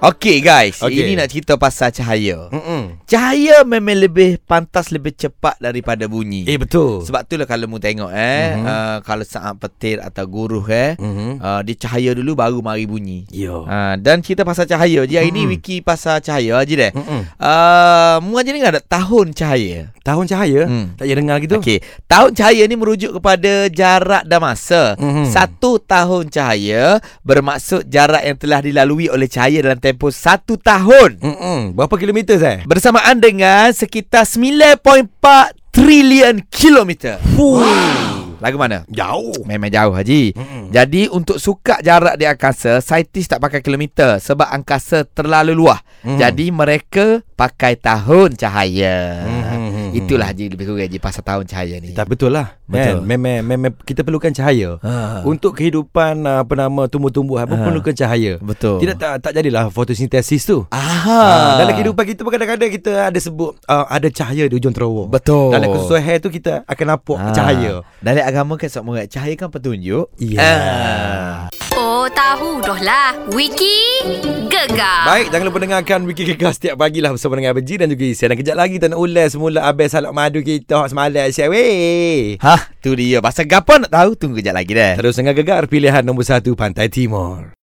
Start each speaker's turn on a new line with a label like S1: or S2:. S1: Okey guys, okay.
S2: Okey.
S1: ini nak cerita pasal cahaya.
S2: Mm-mm.
S1: Cahaya memang lebih pantas lebih cepat daripada bunyi.
S2: Eh betul.
S1: Sebab itulah kalau mu tengok eh, mm-hmm.
S2: Mhm.
S1: uh, kalau saat petir atau guruh eh,
S2: mm-hmm. Ah,
S1: uh, dia cahaya dulu baru mari bunyi.
S2: Yo.
S1: Uh, dan cerita pasal cahaya je. Hari mm-hmm. ni
S2: Mhm.
S1: wiki pasal cahaya je deh.
S2: Mm-mm.
S1: Uh, mu aja dengar tak tahun cahaya?
S2: Tahun cahaya.
S1: Hmm.
S2: Tak payah dengar gitu.
S1: Okey, tahun cahaya ni merujuk kepada jarak dan masa.
S2: Mm-hmm.
S1: Satu tahun cahaya bermaksud jarak yang telah dilalui oleh cahaya dalam tempoh satu tahun.
S2: Mm-mm. Berapa kilometer saya?
S1: Bersamaan dengan sekitar 9.4 trilion kilometer. Lagu mana?
S2: Jauh.
S1: Memang jauh Haji.
S2: Mm-mm.
S1: Jadi untuk sukat jarak di angkasa, saintis tak pakai kilometer sebab angkasa terlalu luah.
S2: Mm.
S1: Jadi mereka pakai tahun cahaya.
S2: Mm-mm.
S1: Itulah Haji lebih kurang Haji pasal tahun cahaya ni.
S2: Tak betul lah.
S1: Betul.
S2: Betul. Man, memang, memang kita perlukan cahaya.
S1: Ha.
S2: Untuk kehidupan ah, apa nama tumbuh-tumbuhan pun
S1: Ah.
S2: perlukan cahaya.
S1: Betul. Ha.
S2: Tidak tak, tak jadilah fotosintesis tu.
S1: Aha.
S2: Ah, dalam kehidupan kita pun kadang-kadang kita ada sebut ah, ada cahaya di ujung terowong.
S1: Betul.
S2: Dalam kesusuan hair tu kita akan nampak
S1: Ah.
S2: cahaya.
S1: Dalam agama kan sok murat cahaya kan petunjuk.
S2: Ya.
S1: Ah.
S3: Oh, tahu dah lah. Wiki Gegar.
S2: Baik, jangan lupa dengarkan Wiki Gegar setiap pagi lah bersama dengan Abang G dan juga Isya. Dan kejap lagi kita nak ulas semula Abang Salak Madu kita hak semalam Isya. Weh.
S1: Hah, tu dia. Pasal gapo nak tahu tunggu kejap lagi dah.
S2: Terus dengan Gegar pilihan nombor 1 Pantai Timur.